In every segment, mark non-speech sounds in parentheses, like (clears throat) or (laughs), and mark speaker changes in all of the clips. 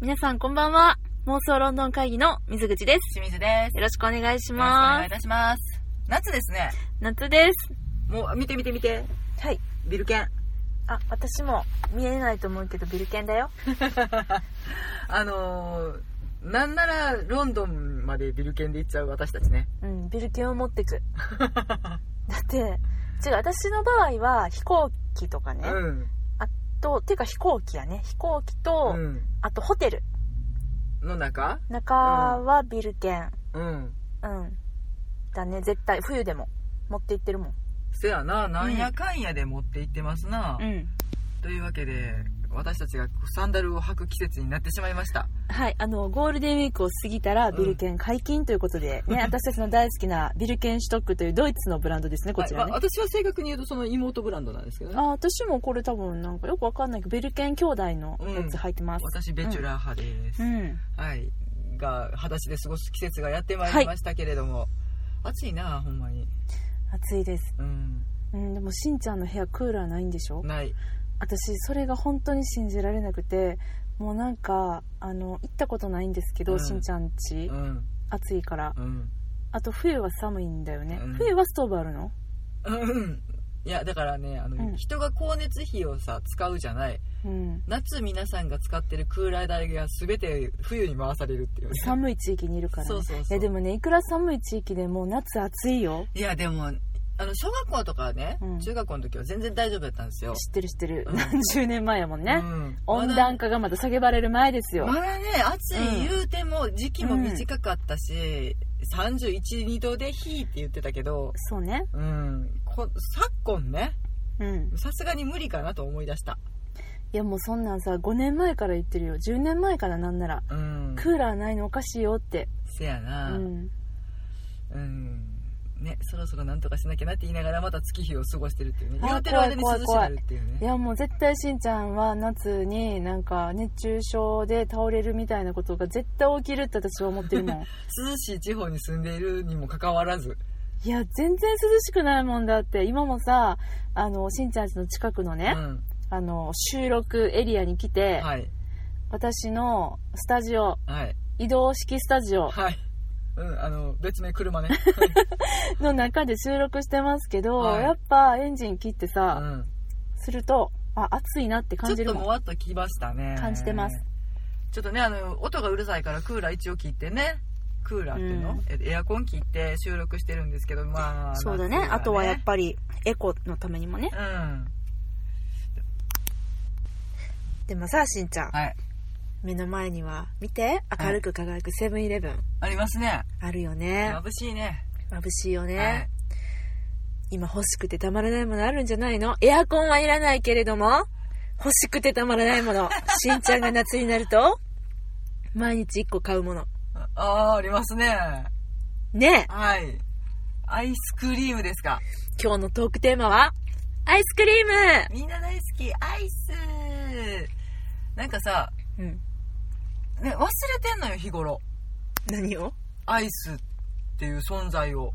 Speaker 1: 皆さんこんばんは。妄想ロンドン会議の水口です。
Speaker 2: 清水です。
Speaker 1: よろしくお願いし
Speaker 2: よろしくお願
Speaker 1: ま
Speaker 2: いい
Speaker 1: す。
Speaker 2: たします。夏ですね。
Speaker 1: 夏です。
Speaker 2: もう、見て見て見て。
Speaker 1: はい。
Speaker 2: ビルケン。
Speaker 1: あ、私も見えないと思うけどビルケンだよ。
Speaker 2: あのー、なんならロンドンまでビルケンで行っちゃう私たちね。
Speaker 1: うん、ビルケンを持って (laughs) く。だって、違う、私の場合は飛行機とかね、
Speaker 2: うん。
Speaker 1: と、ていうか飛行機やね。飛行機と、
Speaker 2: うん。
Speaker 1: あとホテル。
Speaker 2: の中
Speaker 1: 中はビルケン。
Speaker 2: うん。
Speaker 1: うん。だね、絶対。冬でも。持って行ってるもん。
Speaker 2: せやな、なんやかんやで持って行ってますな。
Speaker 1: ん。
Speaker 2: というわけで、私たちがサンダルを履く季節になってしまいました。
Speaker 1: はい、あのゴールデンウィークを過ぎたらビルケン解禁ということで、
Speaker 2: (laughs)
Speaker 1: ね私たちの大好きなビルケンシュトックというドイツのブランドですねこちらね、
Speaker 2: はいまあ私は正確に言うとその妹ブランドなんですけどね。
Speaker 1: あ私もこれ多分なんかよくわかんないけどビルケン兄弟のやつ履いてます
Speaker 2: 私、ベチュラー派です。
Speaker 1: うん、
Speaker 2: はい、が裸足で過ごす季節がやってまいりましたけれども、暑いなほんまに
Speaker 1: 暑いです、
Speaker 2: うん
Speaker 1: うん、でもしんちゃんの部屋クーラーないんでしょ
Speaker 2: ない
Speaker 1: 私それが本当に信じられなくてもうなんかあの行ったことないんですけど、
Speaker 2: うん
Speaker 1: しんちゃん
Speaker 2: う
Speaker 1: 家
Speaker 2: ん
Speaker 1: 暑いから
Speaker 2: うん
Speaker 1: あと冬は寒いんだよね、
Speaker 2: うん
Speaker 1: 冬はストーブあるの
Speaker 2: うんいやだからねあの、
Speaker 1: うん
Speaker 2: 人が光熱費をさ使うじゃない
Speaker 1: うん
Speaker 2: 夏皆さんが使ってるクーラー代が全て冬に回されるっていうね
Speaker 1: 寒い地域にいるから、ね、
Speaker 2: そうそう
Speaker 1: い
Speaker 2: そう
Speaker 1: やでもねいくら寒い地域でも夏暑いよ
Speaker 2: いやでもあの小学校とかはね、
Speaker 1: うん
Speaker 2: 中学校の時は全然大丈夫だったんですよ、
Speaker 1: 知ってる知ってる、
Speaker 2: うん
Speaker 1: 何十年前やもん
Speaker 2: う
Speaker 1: ね、
Speaker 2: ん
Speaker 1: 温暖化がまだ叫ばれる前ですよ、
Speaker 2: まだね暑い言うても時期も短かったし、312度で「火」って言ってたけど
Speaker 1: そうね
Speaker 2: うんこ昨今ね
Speaker 1: うん
Speaker 2: さすがに無理かなと思い出した
Speaker 1: いやもうそんなんさ5年前から言ってるよ10年前からなんなら
Speaker 2: うん
Speaker 1: クーラーないのおかしいよって
Speaker 2: せや
Speaker 1: う
Speaker 2: なうん、
Speaker 1: ん
Speaker 2: ねそろそろなんとかしなきゃなって言いながらまた月日を過ごしてるっていうね
Speaker 1: あ
Speaker 2: 言うてる間に
Speaker 1: 怖い
Speaker 2: 涼しく
Speaker 1: 怖
Speaker 2: ないるっていう
Speaker 1: い
Speaker 2: ね
Speaker 1: やもう絶対しんちゃんは夏になんか熱中症で倒れるみたいなことが絶対起きるって私は思ってるもん
Speaker 2: (laughs) 涼しい地方に住んでいるにもかかわらず
Speaker 1: いや全然涼しくないもんだって今もさあのしんちゃんちの近くのね、
Speaker 2: うん
Speaker 1: あの収録エリアに来て、
Speaker 2: はい
Speaker 1: 私のスタジオ
Speaker 2: はい
Speaker 1: 移動式スタジオ
Speaker 2: はいうんあの別名車 (laughs) ね
Speaker 1: の中で収録してますけど、
Speaker 2: はい
Speaker 1: やっぱエンジン切って
Speaker 2: う
Speaker 1: さ、
Speaker 2: ん
Speaker 1: するとあ暑いなって感じ
Speaker 2: ちょ
Speaker 1: る
Speaker 2: っと
Speaker 1: も
Speaker 2: も
Speaker 1: ん
Speaker 2: わっときましたね
Speaker 1: 感じてます
Speaker 2: ちょっとねあの音がうるさいからクーラー一応切ってねクーラーっていうの、
Speaker 1: うん
Speaker 2: えエアコン切って収録してるんですけどまあ
Speaker 1: そうだね
Speaker 2: 夏
Speaker 1: あとはやっぱりエコのためにもね
Speaker 2: うん
Speaker 1: でもさしんちゃん
Speaker 2: はい
Speaker 1: 目の前には見て明るく輝くセブンイレブン
Speaker 2: ありますね
Speaker 1: あるよね
Speaker 2: 眩しいね
Speaker 1: 眩しいよね、今欲しくてたまらないものあるんじゃないのエアコンはいらないけれども、欲しくてたまらないもの。しんちゃんが夏になると、毎日1個買うもの。
Speaker 2: はい、ああーありますね
Speaker 1: ねえ、
Speaker 2: はいアイスクリームですか
Speaker 1: 今日のトークテーマは、アイスクリー
Speaker 2: みんな大好きアイスなんかさ、
Speaker 1: ムうん。
Speaker 2: ね、忘れてんのよ日頃
Speaker 1: 何を
Speaker 2: アイスっていう存在を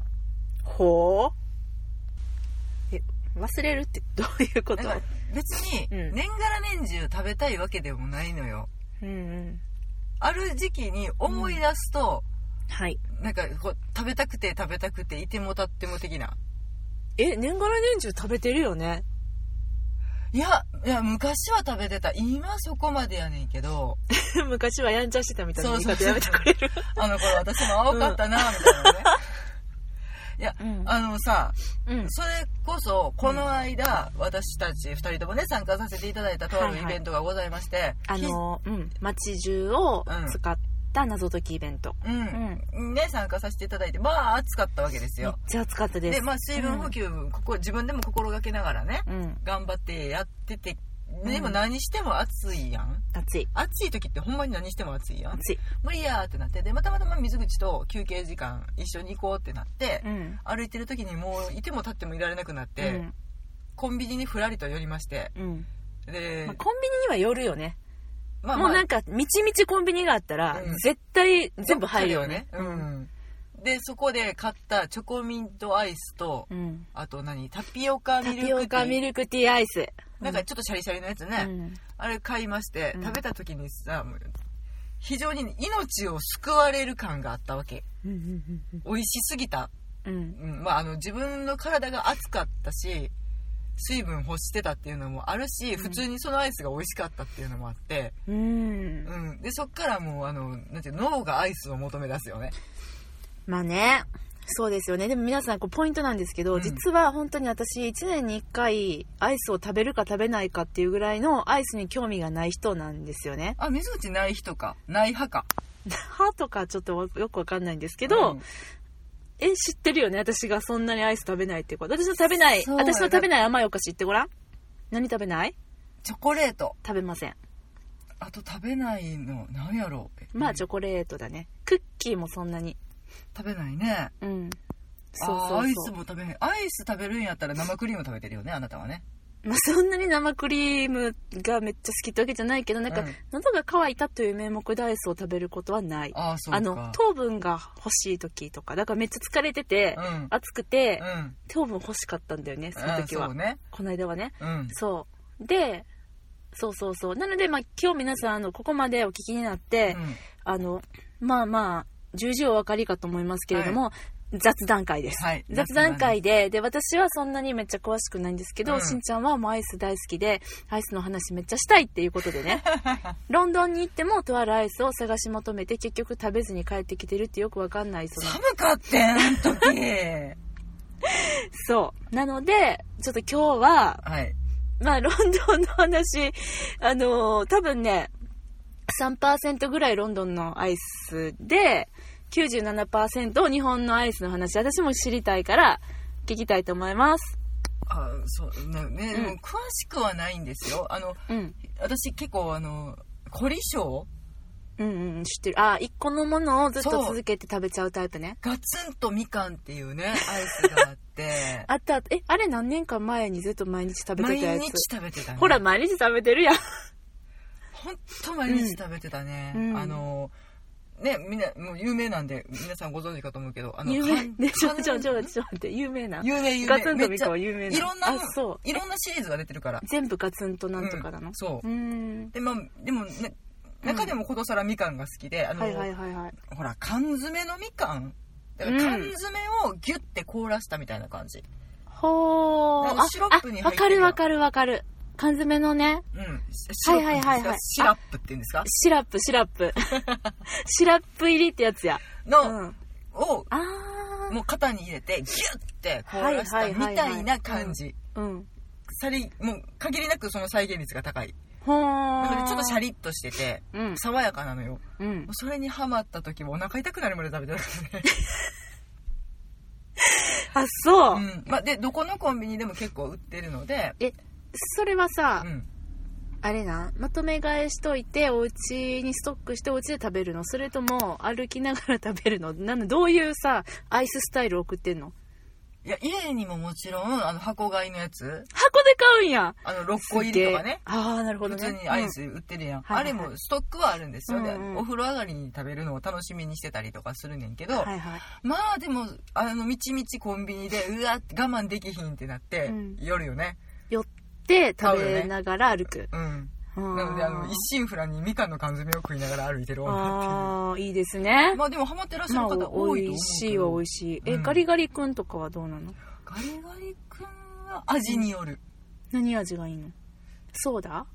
Speaker 1: ほうえ、忘れるってどういうこ
Speaker 2: だ
Speaker 1: と
Speaker 2: から別に
Speaker 1: うん
Speaker 2: 年がら年中食べたいわけでもないのよ
Speaker 1: うんうん。
Speaker 2: ある時期に思い出すと、
Speaker 1: はい。
Speaker 2: なんかこう食べたくて食べたくていてもたっても的な
Speaker 1: え、年がら年中食べてるよね。 (laughs)
Speaker 2: いやいや昔は食べてた今そこまでやねんけど
Speaker 1: 昔はやんちゃしてたみたいな言い
Speaker 2: そう
Speaker 1: 方
Speaker 2: そう
Speaker 1: やめてくれる。
Speaker 2: あの頃私も青かったなみたい
Speaker 1: (laughs)
Speaker 2: なね、いや
Speaker 1: うん
Speaker 2: あのさ
Speaker 1: うん。
Speaker 2: それこそこの間、私たち2人ともね参加させていただいたとあるイベントがございまして、
Speaker 1: あの、うん。街中を
Speaker 2: うん
Speaker 1: 使った謎解きイベント。
Speaker 2: うん、ね参加させていただいてまあ暑かったわけです
Speaker 1: めっ
Speaker 2: よ
Speaker 1: ちゃ暑かったです
Speaker 2: で、まあ、水分補給、ここ自分でも心がけながらね
Speaker 1: うん
Speaker 2: 頑張ってやってて
Speaker 1: ん
Speaker 2: でも何しても暑いやん
Speaker 1: 暑い
Speaker 2: 暑い時ってほんまに何しても暑いやん
Speaker 1: 暑い
Speaker 2: 無理やーってなってでまたまたま水口と休憩時間一緒に行こうってなって、
Speaker 1: ん
Speaker 2: 歩いてる時にもういても立ってもいられなくなって、
Speaker 1: うん
Speaker 2: コンビニにふらりと寄りまして
Speaker 1: うん
Speaker 2: で
Speaker 1: まあ、コンビニにはよるよね、
Speaker 2: まあ
Speaker 1: もうなんかみちみちコンビニがあったら、
Speaker 2: うん
Speaker 1: 絶対全部入るよね
Speaker 2: どっかではねうん、でそこで買ったチョコミントアイスと、
Speaker 1: うん
Speaker 2: あと何タピオカ
Speaker 1: タ
Speaker 2: ミルク
Speaker 1: ピオ
Speaker 2: テ
Speaker 1: カ
Speaker 2: ィー
Speaker 1: ミルクティーアイス
Speaker 2: なんかちょっとシャリシャリのやつね、
Speaker 1: うん
Speaker 2: あれ買いまして、
Speaker 1: うん
Speaker 2: 食べた時にさもう非常に命を救われる感があったわけ
Speaker 1: うんうん
Speaker 2: 美味しすぎた、
Speaker 1: うんうん
Speaker 2: うんまあ、あの自分の体が熱かったし水分欲してたっていうのもあるし普通にそのアイスが美味しかったっていうのもあって、
Speaker 1: うん
Speaker 2: う。ん、でそっからもうあのなんていうの脳がアイスを求め出すよね
Speaker 1: まあね、そうですよね。でも皆さん、こうポイントなんですけど、
Speaker 2: うん
Speaker 1: 実は本当に私、1年に1回、アイスを食べるか食べないかっていうぐらいのアイスに興味がない人なんですよね。 (laughs)
Speaker 2: あ水口ない人かない派か
Speaker 1: 歯とかちょっとよくわかんないんですけど、
Speaker 2: うん
Speaker 1: え、知ってるよね私がそんなにアイス食べないってこと。私の食べない、
Speaker 2: そうだ
Speaker 1: 私の食べない甘いお菓子言ってごらん。何食べない
Speaker 2: チョコレート
Speaker 1: 食べません。
Speaker 2: あと食べないのなんやろう
Speaker 1: まあ、
Speaker 2: え
Speaker 1: チョコレートだね。クッキーもそんなに。
Speaker 2: 食べないね
Speaker 1: うん。そう
Speaker 2: あー
Speaker 1: そ
Speaker 2: ア
Speaker 1: う
Speaker 2: イ
Speaker 1: そ
Speaker 2: ス
Speaker 1: う。
Speaker 2: も食べないアイス食べるんやったら生クリーム食べてるよねあなたはね
Speaker 1: まあ、そんなに生クリームがめっちゃ好きってわけじゃないけど、なんか
Speaker 2: うん、
Speaker 1: 喉が渇いたという名目でアイスを食べることはない。
Speaker 2: ああそうか
Speaker 1: あの、糖分が欲しい時とか、だからめっちゃ疲れてて、
Speaker 2: うん
Speaker 1: 暑くて、
Speaker 2: うん
Speaker 1: 糖分欲しかったんだよね、その時
Speaker 2: あーそ
Speaker 1: は
Speaker 2: う。ね
Speaker 1: この間はね。
Speaker 2: うん
Speaker 1: そう。で、そうそうそう。なので、まあ、今日皆さん、あの、ここまでお聞きになって、
Speaker 2: うん
Speaker 1: あの、まあまあ、重々お分かりかと思いますけれども、雑談会です。
Speaker 2: はい
Speaker 1: 雑談会で、で、私はそんなにめっちゃ詳しくないんですけど、
Speaker 2: うん
Speaker 1: しんちゃんはもうアイス大好きで、アイスの話めっちゃしたいっていうことで
Speaker 2: (laughs)
Speaker 1: ね、ロンドンに行ってもとあるアイスを探し求めて結局食べずに帰ってきてるってよくわかんない、その、
Speaker 2: 寒かってんあん時
Speaker 1: そう。なので、ちょっと今日は、
Speaker 2: (laughs) はい
Speaker 1: まあ、ロンドンの話、あのー多分ね、3%ぐらいロンドンのアイスで、97%日本のアイスの話、私も知りたいから、聞きたいと思います。
Speaker 2: あーそうねね、
Speaker 1: うん
Speaker 2: もう詳しくはないんですよあの
Speaker 1: うん。
Speaker 2: 私結構あの凝り性
Speaker 1: うんうん、知ってる。あ、一個のものをずっと
Speaker 2: そう
Speaker 1: 続けて食べちゃうタイプね。
Speaker 2: ガツンとみかんっていうねアイスがあって
Speaker 1: (laughs) あったあったえ、あれ何年か前にずっと毎日食べ
Speaker 2: 毎
Speaker 1: てたやつ
Speaker 2: 日。食べてたね
Speaker 1: ほら、毎日食べてるやん。
Speaker 2: ほんと毎日食べてたね、
Speaker 1: うん
Speaker 2: あのねみんなもう有名なんで皆さんご存知かと思うけどあの
Speaker 1: 有
Speaker 2: かん
Speaker 1: 名。ね、ちょ、ちょ、ち
Speaker 2: か
Speaker 1: ょ、
Speaker 2: ん
Speaker 1: ちょ、待って、有名な。
Speaker 2: 有名有名
Speaker 1: ガツンとみかんは
Speaker 2: めっ
Speaker 1: 有名
Speaker 2: ちゃ。
Speaker 1: ない
Speaker 2: ろんな
Speaker 1: あ、そう。
Speaker 2: いろんなシリーズが出てるから
Speaker 1: 全部ガツンとなんとかなの、
Speaker 2: うんそう
Speaker 1: うーん。
Speaker 2: で,、まあ、でも、ね、中でもことさらみかんが好きであの、
Speaker 1: はいはいはいはい。
Speaker 2: ほら缶詰のみかんだから
Speaker 1: うん
Speaker 2: 缶詰をギュッて凍らしたみたいな感じ、
Speaker 1: ほ
Speaker 2: あ
Speaker 1: ー。
Speaker 2: のシロップに
Speaker 1: あ、
Speaker 2: 入
Speaker 1: わ
Speaker 2: って
Speaker 1: か
Speaker 2: る
Speaker 1: るわかるわかる。缶詰のね、
Speaker 2: うん、シシロップってうんですか、
Speaker 1: はいはいはいはい
Speaker 2: シラップっていうんですか
Speaker 1: シラップ、シラッ
Speaker 2: (laughs)
Speaker 1: プ。シラップ入りってやつや。う
Speaker 2: の、
Speaker 1: ん。
Speaker 2: を
Speaker 1: あー。
Speaker 2: もう肩に入れてギュッて凍らしたみたいな感じ、
Speaker 1: うん。
Speaker 2: さりもう限りなくその再現率が高い
Speaker 1: ほ
Speaker 2: なの
Speaker 1: ー。
Speaker 2: でちょっとシャリッとしてて
Speaker 1: うん。
Speaker 2: 爽やかなのよも
Speaker 1: うん
Speaker 2: う。それにハマった時もお腹痛くなるまで食べてたからね
Speaker 1: あ、そう。
Speaker 2: うんまあ、でどこのコンビニでも結構売ってるので、
Speaker 1: それはさ、
Speaker 2: うん、
Speaker 1: あれな、まとめ買いしといて、お家にストックしてお家で食べるのそれとも、歩きながら食べるのなんだどういうさ、アイススタイル送ってんの
Speaker 2: いや家にももちろんあの箱買いのやつ
Speaker 1: 箱で買うんや
Speaker 2: あの6個入りとかね
Speaker 1: ああ、なるほど
Speaker 2: 普
Speaker 1: ね。
Speaker 2: 通にアイス売ってるやん、
Speaker 1: はいはいはい
Speaker 2: あれもストックはあるんですよ、で
Speaker 1: うんうん
Speaker 2: お風呂上がりに食べるのを楽しみにしてたりとかするねんけど、
Speaker 1: うん。はいはい。
Speaker 2: まあでもあのみちみちコンビニでうわ我慢できひんってなって、
Speaker 1: うん
Speaker 2: 夜よね
Speaker 1: 寄って食べながら歩く。
Speaker 2: うんな
Speaker 1: な
Speaker 2: のであの一心不乱にみかんの缶詰を食いながら歩いてる女っていう
Speaker 1: ああ、いいですね。
Speaker 2: まあでもハマってらっしゃ
Speaker 1: ま
Speaker 2: る
Speaker 1: あ、
Speaker 2: 方多いと思う
Speaker 1: お
Speaker 2: け
Speaker 1: い
Speaker 2: ど
Speaker 1: しいは美味しい。え、
Speaker 2: うん
Speaker 1: ガリガリ君とかはどうなの
Speaker 2: ガリガリ君は味による、
Speaker 1: 何味がいいのそうだ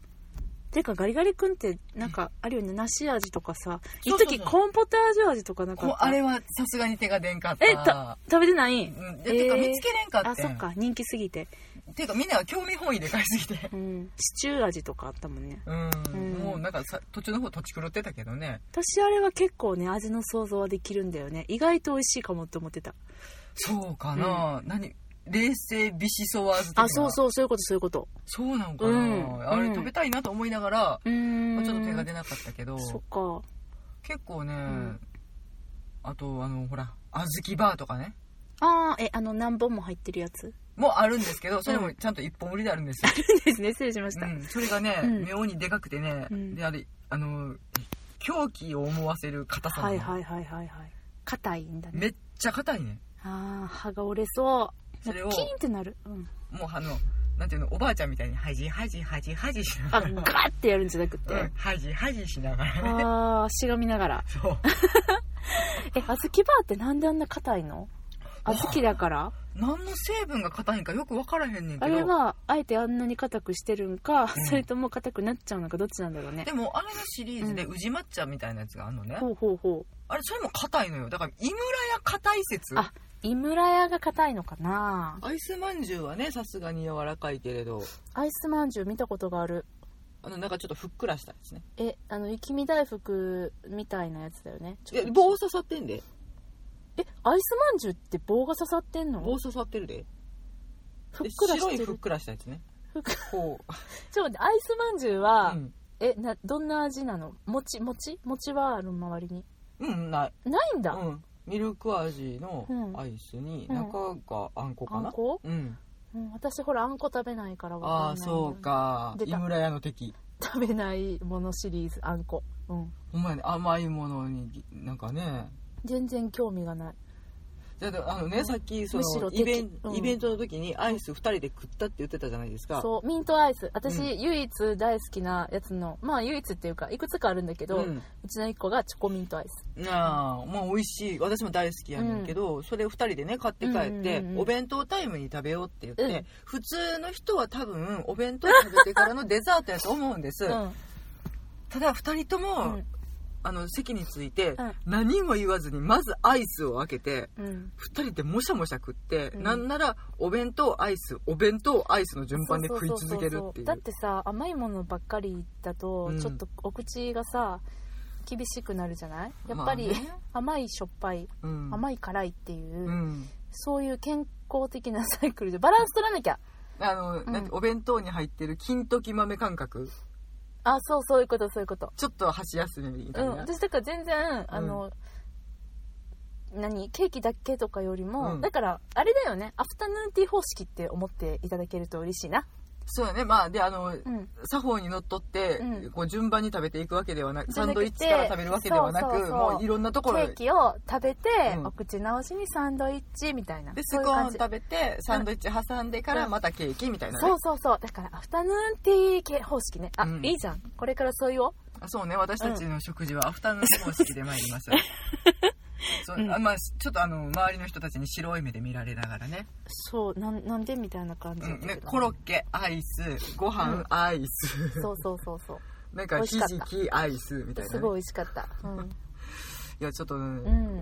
Speaker 1: てか、ガリガリ君って、なんか、あるよね、梨味とかさ、一
Speaker 2: そうそうそう
Speaker 1: 時コーンポタージュ味とかなんか
Speaker 2: こう
Speaker 1: った
Speaker 2: あれはさすがに手が出んかった
Speaker 1: え、た、食べてない
Speaker 2: うん、でてか
Speaker 1: えー
Speaker 2: 見つけれんかった
Speaker 1: あ、そっか、人気すぎて。
Speaker 2: ていうかみんなが興味本位で買いすぎて
Speaker 1: うん。シチュー味とかあったもんね。
Speaker 2: うん、
Speaker 1: ん
Speaker 2: もうなんかさ途中の方土地狂ってたけどね
Speaker 1: 私、あれは結構ね、味の想像はできるんだよね。意外と美味しいかもって思ってた。
Speaker 2: そうかな、何冷静ビシソワーズ的な
Speaker 1: あ、そうそう、そういうこと、そういうこと。
Speaker 2: そうなのかな、
Speaker 1: うん
Speaker 2: あれ
Speaker 1: うん
Speaker 2: 食べたいなと思いながら、
Speaker 1: うー
Speaker 2: ま
Speaker 1: ん。
Speaker 2: あちょっと手が出なかったけど
Speaker 1: そっか。
Speaker 2: 結構ね、
Speaker 1: ん
Speaker 2: あとあのほら小豆バーとかね
Speaker 1: ああ、え、あの、何本も入ってるやつ
Speaker 2: もあるんですけどそれもちゃんと一本売りであるんですよ、
Speaker 1: (laughs) ですね、失礼しまし
Speaker 2: う
Speaker 1: た。
Speaker 2: ん、それがね、
Speaker 1: うん
Speaker 2: 妙にでかくてね、
Speaker 1: うん
Speaker 2: であれあの狂気を思わせる硬さな
Speaker 1: は
Speaker 2: の
Speaker 1: いはいはいはいはい。硬いんだ
Speaker 2: め
Speaker 1: ね。
Speaker 2: っちゃ硬いね
Speaker 1: ああ、歯が折れそう。
Speaker 2: それを
Speaker 1: (laughs) キーンってなる。うん。
Speaker 2: もうあのなんていうのおばあちゃんみたいにハジハジハジハジし
Speaker 1: あ
Speaker 2: なが
Speaker 1: ガ
Speaker 2: ら
Speaker 1: ーってやるんじゃなくて、
Speaker 2: うんハジハジしながらね
Speaker 1: ああしがみながら
Speaker 2: そう
Speaker 1: え小豆バーってなんであんな硬いの小豆だから
Speaker 2: 何の成分が硬いんかよく分からへんねんけ
Speaker 1: あ
Speaker 2: ど
Speaker 1: れはあえてあんなに硬くしてるんか、
Speaker 2: ん
Speaker 1: それとも硬くなっちゃうのかどっちなんだろうね
Speaker 2: でもあれのシリーズで
Speaker 1: う
Speaker 2: 宇治抹茶みたいなやつがあるのね、
Speaker 1: ほうほうほう
Speaker 2: あれそれも硬いのよだから井村屋硬い説
Speaker 1: あ井村屋が硬いのかな
Speaker 2: アイスまんじゅうはねさすがに柔らかいけれど
Speaker 1: アイスまんじゅう見たことがある
Speaker 2: あのなんかちょっとふっくらしたですね
Speaker 1: えあの雪見大福みたいなやつだよね
Speaker 2: いや棒刺さってんで
Speaker 1: えアイスまんじゅうって棒が刺さってんの
Speaker 2: 棒刺さってるで
Speaker 1: ふっ
Speaker 2: で
Speaker 1: くら
Speaker 2: 白
Speaker 1: し
Speaker 2: い
Speaker 1: て
Speaker 2: ふっ
Speaker 1: る
Speaker 2: くらしたやつね
Speaker 1: ふっくら
Speaker 2: こ
Speaker 1: ちょっと待ってアイスまんじゅう
Speaker 2: う、
Speaker 1: は、
Speaker 2: うん、
Speaker 1: えなどんな味なのもちもちもちはある周りに
Speaker 2: うんない、
Speaker 1: ないんだ、
Speaker 2: うん、ミルク味の
Speaker 1: うん
Speaker 2: アイスに
Speaker 1: うん
Speaker 2: 中があんこか
Speaker 1: あ
Speaker 2: なん
Speaker 1: こ、
Speaker 2: うん、
Speaker 1: うん、私ほらあんこ食べないからわかん
Speaker 2: あ
Speaker 1: ない
Speaker 2: あそうか
Speaker 1: 出
Speaker 2: 井
Speaker 1: た
Speaker 2: 村屋の敵
Speaker 1: 食べないものシリーズあんこうん
Speaker 2: ほんまやね甘いものになんかね
Speaker 1: 全然興味がない
Speaker 2: だってあのね、
Speaker 1: うん
Speaker 2: さっきそ
Speaker 1: むし
Speaker 2: の
Speaker 1: ろ
Speaker 2: イ
Speaker 1: 敵
Speaker 2: ベン、
Speaker 1: うん
Speaker 2: イベントの時にアイス2人で食ったって言ってたじゃないですか
Speaker 1: そうミントアイス私、
Speaker 2: うん
Speaker 1: 唯一大好きなやつのまあ唯一っていうかいくつかあるんだけど、うんちの1個がチョコミントアイス
Speaker 2: なあまあ美味しい私も大好きやねんけど、それを2人でね買って帰って、
Speaker 1: うんうんうんうん
Speaker 2: お弁当タイムに食べようって言って、
Speaker 1: うん
Speaker 2: 普通の人は多分お弁当食べてからのデザートやと思うんです、
Speaker 1: うん
Speaker 2: ただ2人とも、
Speaker 1: うん
Speaker 2: あの席に着い
Speaker 1: う
Speaker 2: て、
Speaker 1: ん
Speaker 2: 何も言わずにまずアイスを開けて
Speaker 1: うん
Speaker 2: 2人でもしゃもしゃ食って、
Speaker 1: うん
Speaker 2: なんならお弁当アイスお弁当アイスの順番で食い続ける
Speaker 1: そうそう
Speaker 2: って
Speaker 1: そうそう
Speaker 2: いう
Speaker 1: だってさ甘いものばっかりだと、
Speaker 2: うん
Speaker 1: ちょっとお口がさ厳しくなるじゃないやっぱり、
Speaker 2: まあね
Speaker 1: 甘いしょっぱい
Speaker 2: うん
Speaker 1: 甘い辛いっていう、
Speaker 2: うん
Speaker 1: そういう健康的なサイクルでバランス取らなきゃ
Speaker 2: あの、
Speaker 1: うん
Speaker 2: なんてお弁当に入ってる金時豆感覚
Speaker 1: あそうそういうことそういうこと
Speaker 2: ちょっと箸休みみ
Speaker 1: う
Speaker 2: たい
Speaker 1: ん
Speaker 2: な、
Speaker 1: 私だから全然あの、何ケーキだけとかよりも、
Speaker 2: うん
Speaker 1: だからあれだよねアフタヌーンティー方式って思っていただけると嬉しいな
Speaker 2: そうやねまあであの、
Speaker 1: うん
Speaker 2: 作法にのっとって、
Speaker 1: うん
Speaker 2: こう順番に食べていくわけではなく
Speaker 1: じゃ
Speaker 2: サン
Speaker 1: な
Speaker 2: ド
Speaker 1: く
Speaker 2: イ
Speaker 1: て
Speaker 2: ッチから食べるわけではなく
Speaker 1: そうそうそう
Speaker 2: もういろんなと
Speaker 1: ケ
Speaker 2: ころ
Speaker 1: ーキを食べて、
Speaker 2: うん
Speaker 1: お口直しにサンドイッチみたいな
Speaker 2: でス
Speaker 1: そうい
Speaker 2: コ
Speaker 1: う
Speaker 2: ー
Speaker 1: 感
Speaker 2: ン
Speaker 1: じ
Speaker 2: 食べてサンドイッチ挟んでから
Speaker 1: うん
Speaker 2: またケーキみたいなね、
Speaker 1: そうそうそうだからアフタヌーンティー系方式ねあ、
Speaker 2: うん
Speaker 1: いいじゃんこれからそういう
Speaker 2: あそうね私たちの食事はアフタヌーン方式で参り
Speaker 1: (laughs)
Speaker 2: ますそう
Speaker 1: うん
Speaker 2: あまあ、ちょっとあの周りの人たちに白い目で見られながらね,、
Speaker 1: そうなんなんでみたいな感じ
Speaker 2: う
Speaker 1: だっ
Speaker 2: ん、
Speaker 1: たけ
Speaker 2: ね
Speaker 1: ど
Speaker 2: コロッケアイスご飯、
Speaker 1: うん
Speaker 2: アイス
Speaker 1: そうそうそうそう
Speaker 2: (laughs) なんか
Speaker 1: 美味
Speaker 2: ひ
Speaker 1: しか
Speaker 2: じ
Speaker 1: った
Speaker 2: きアイスみたいな、ね、
Speaker 1: すごい美味しかった、うん、
Speaker 2: いやちょっと、ね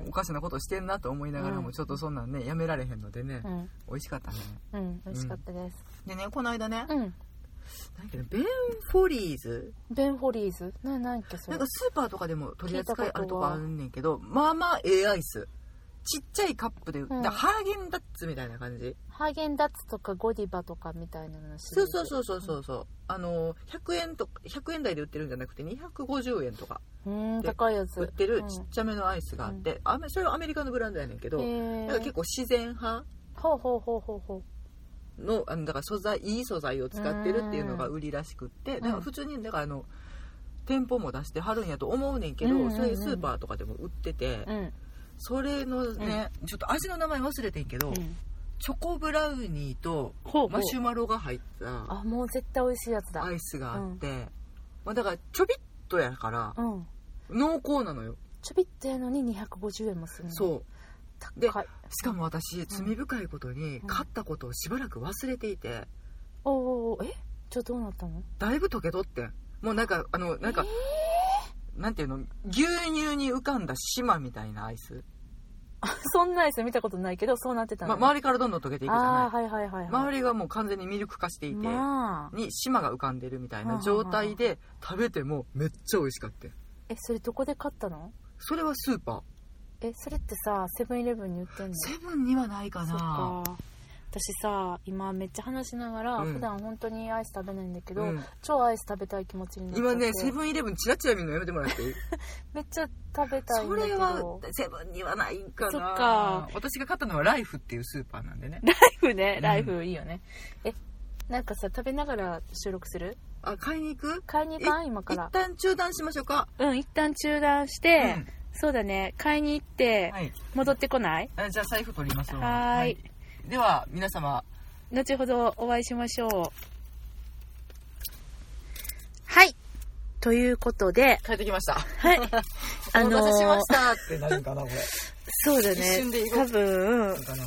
Speaker 1: うん
Speaker 2: おかしなことしてんなと思いながらも、
Speaker 1: うん
Speaker 2: ちょっとそんなんねやめられへんのでね、
Speaker 1: うん
Speaker 2: 美味しかったね
Speaker 1: うん美味しかったです
Speaker 2: でねこの間ね、
Speaker 1: うん、
Speaker 2: 何やっけなベンフォリーズ
Speaker 1: ベン・フォリーズななんっけそ
Speaker 2: な
Speaker 1: れ
Speaker 2: んかスーパーとかでも取り扱いあ
Speaker 1: 聞
Speaker 2: ると
Speaker 1: いたこと
Speaker 2: こ
Speaker 1: は
Speaker 2: あるんねんけどまあまあええアイスちっちゃいカップで、
Speaker 1: ん
Speaker 2: だハーゲンダッツみたいな感じ
Speaker 1: ハーゲンダッツとかゴディバとかみたいなの
Speaker 2: そうそうそううそうそうそうあの100円と100円台で売ってるんじゃなくて250円とか
Speaker 1: うーん高いやつ
Speaker 2: 売って
Speaker 1: う
Speaker 2: る
Speaker 1: ん
Speaker 2: ちっちゃめのアイスがあって、あそれはアメリカのブランドやねんけど、
Speaker 1: へ
Speaker 2: なんか結
Speaker 1: ー
Speaker 2: 構自然派
Speaker 1: ほうほうほうほうほ
Speaker 2: のあのだから素材いい素材を使ってるっていうのが売りらしくって
Speaker 1: ん
Speaker 2: だから普通にだからあの店舗も出してはるんやと思うねんけ
Speaker 1: うんうんうん
Speaker 2: どそれスーパーとかでも売ってて
Speaker 1: ううん
Speaker 2: それのねちょっと味の名前忘れてんけどチョコブラウニーと
Speaker 1: ほうほ
Speaker 2: マ
Speaker 1: う
Speaker 2: シュマロが入った
Speaker 1: あもう絶対美味しいやつだ
Speaker 2: アイスがあってまあだからちょびっとやから
Speaker 1: うん
Speaker 2: 濃厚なのよ
Speaker 1: ちょびっとやのに250円もするの
Speaker 2: そう
Speaker 1: 高い
Speaker 2: でしかも私罪深いことに
Speaker 1: うん
Speaker 2: 買ったことをしばらく忘れていて
Speaker 1: おうおうおうえちょどうなったの
Speaker 2: だいぶ溶けとってんもうなんかあのなんかなんていうの牛乳に浮かんだ島みたいなアイス、
Speaker 1: そんなアイス見たことないけどそうなってた
Speaker 2: ま、
Speaker 1: の、
Speaker 2: 周りからどんどん溶けていくじゃ
Speaker 1: ああ
Speaker 2: ない
Speaker 1: はいはいはいはい
Speaker 2: 周りがもう完全にミルク化していて、
Speaker 1: まあ
Speaker 2: に島が浮かんでるみたいな状態で食べてもめっちゃ美味しかった
Speaker 1: えそれどこで買ったの
Speaker 2: それはスーパー
Speaker 1: えそれってさセブンイレブンに売ってんの
Speaker 2: セブンにはないか
Speaker 1: そっ
Speaker 2: な
Speaker 1: か私さ今めっちゃ話しながら、
Speaker 2: うん
Speaker 1: 普段本当にアイス食べないんだけど、
Speaker 2: うん
Speaker 1: 超アイス食べたい気持ちになっちゃっ
Speaker 2: 今
Speaker 1: て
Speaker 2: ねセブンイレブンチラチラ見るのやめてもらっていい
Speaker 1: めっちゃ食べたいん
Speaker 2: そ
Speaker 1: だけ
Speaker 2: れは
Speaker 1: ど
Speaker 2: セブンにはないかな
Speaker 1: そっか
Speaker 2: 私が買ったのはライフっていうスーパーなんでね
Speaker 1: ライフね
Speaker 2: ん
Speaker 1: ライフいいよね、えなんかさ食べながら収録する
Speaker 2: あ買いに行く
Speaker 1: 買いに行かん今か
Speaker 2: 一
Speaker 1: ら
Speaker 2: 旦中断しましょうか、
Speaker 1: うん一旦中断し
Speaker 2: う
Speaker 1: て、
Speaker 2: ん
Speaker 1: そうだね買いに行って
Speaker 2: はい
Speaker 1: 戻ってこない、
Speaker 2: あじゃあ財布取りましょう
Speaker 1: はーい
Speaker 2: では皆様
Speaker 1: 後ほどお会いしましょう。はい。ということで、
Speaker 2: 帰ってきました。
Speaker 1: はい。あ
Speaker 2: お
Speaker 1: の
Speaker 2: 待たせし
Speaker 1: ー
Speaker 2: ましたってなるんかな、これ。
Speaker 1: そうだ
Speaker 2: 一
Speaker 1: ね
Speaker 2: 瞬で行。こ
Speaker 1: 多
Speaker 2: う
Speaker 1: 分、
Speaker 2: かな。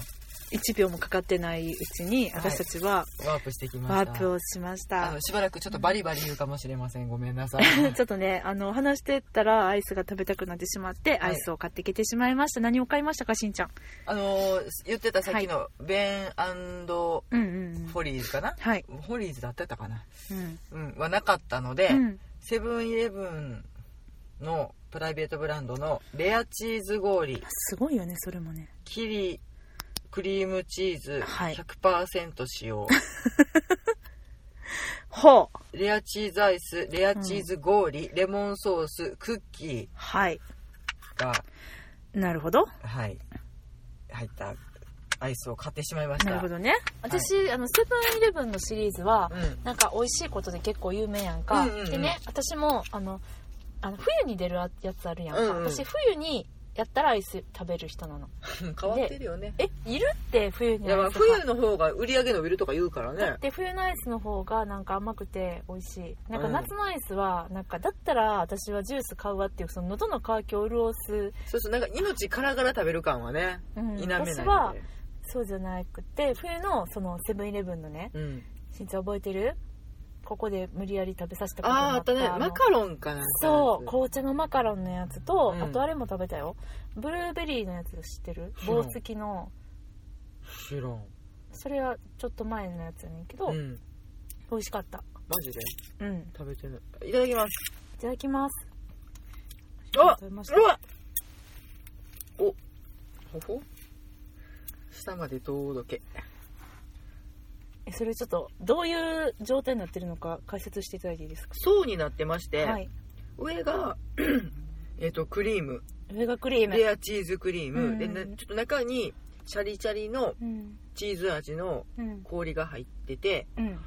Speaker 1: 1秒もかかってないうちに、
Speaker 2: はい
Speaker 1: 私たちは
Speaker 2: ワープしてきま
Speaker 1: ワ
Speaker 2: した。
Speaker 1: ープをしました
Speaker 2: あ。の、しばらくちょっとバリバリ言うかもしれません。ごめんな
Speaker 1: (laughs)
Speaker 2: さい。
Speaker 1: ちょっとね、あの、話してたらアイスが食べたくなってしまって、
Speaker 2: はい
Speaker 1: アイスを買ってきてしまいました。何を買いましたか、しんちゃん。
Speaker 2: あのー、言ってたさっきの、ベンフ
Speaker 1: うんうんうん。
Speaker 2: ォリーズかな
Speaker 1: はい。
Speaker 2: フォリーズだったかな
Speaker 1: うん。
Speaker 2: うん、はなかったので、
Speaker 1: うん。
Speaker 2: セブンイレブンのプライベートブランドのレアチーズ氷、
Speaker 1: すごいよね、それもね。
Speaker 2: キリクリームチーズ
Speaker 1: はい
Speaker 2: 100%使用、
Speaker 1: ほう。
Speaker 2: レアチーズアイス、レアチーズ氷、レモンソース、クッキ
Speaker 1: はい。
Speaker 2: ーが、
Speaker 1: なるほど。
Speaker 2: はい、入ったアイスを買ってしまいました。
Speaker 1: なるほどね。私、あの、セブンイレブンのシリーズは、
Speaker 2: うん
Speaker 1: なんか美味しいことで結構有名やんか。
Speaker 2: うんうんうん
Speaker 1: でね、私も、あの、あの冬に出るやつあるやんか。
Speaker 2: うんうん
Speaker 1: 私、冬にやったらアイス食べる人なの。
Speaker 2: 変わってるよね。
Speaker 1: え、いるって冬
Speaker 2: い
Speaker 1: に
Speaker 2: やま
Speaker 1: ア
Speaker 2: あ
Speaker 1: イス買う
Speaker 2: 冬の方が売り上げ伸びるとか言うからね。
Speaker 1: で冬のアイスの方がなんか甘くて美味しいなんか
Speaker 2: うん
Speaker 1: 夏のアイスはなんかだったら私はジュース買うわっていうその喉の渇きを潤す、
Speaker 2: そうそう、なんか命からがら食べる感はね、
Speaker 1: うん、
Speaker 2: 否めないので。
Speaker 1: 私はそうじゃなくて冬のそのセブンイレブンのね
Speaker 2: うん。
Speaker 1: しんちゃん覚えてるここで無理やり食べさせたことに
Speaker 2: ああ、
Speaker 1: な
Speaker 2: あ
Speaker 1: っ
Speaker 2: ったたね。
Speaker 1: あの
Speaker 2: マカロンかなんかのやつ。
Speaker 1: そう紅茶のマカロンのやつと、
Speaker 2: うん
Speaker 1: あとあれも食べたよブルーベリーのやつ知ってる
Speaker 2: 知らん
Speaker 1: 棒付きの
Speaker 2: 知らん。
Speaker 1: それはちょっと前のやつやねんけど、
Speaker 2: うん。
Speaker 1: 美味しかった
Speaker 2: マジで
Speaker 1: うん
Speaker 2: 食べてない。いただきます。
Speaker 1: いただきます
Speaker 2: あ
Speaker 1: 食べました
Speaker 2: うわおほほ下まで届け。
Speaker 1: えそれちょっとどういう状態になってるのか解説していただいていいですか
Speaker 2: 層になってまして、
Speaker 1: はい
Speaker 2: 上が、 (clears throat) えっと、クリーム、
Speaker 1: 上がクリーム
Speaker 2: レアチーズクリーム、
Speaker 1: うん
Speaker 2: で、なちょっと中に、シャリシャリの
Speaker 1: うん
Speaker 2: チーズ味の
Speaker 1: うん
Speaker 2: 氷が入ってて、
Speaker 1: うん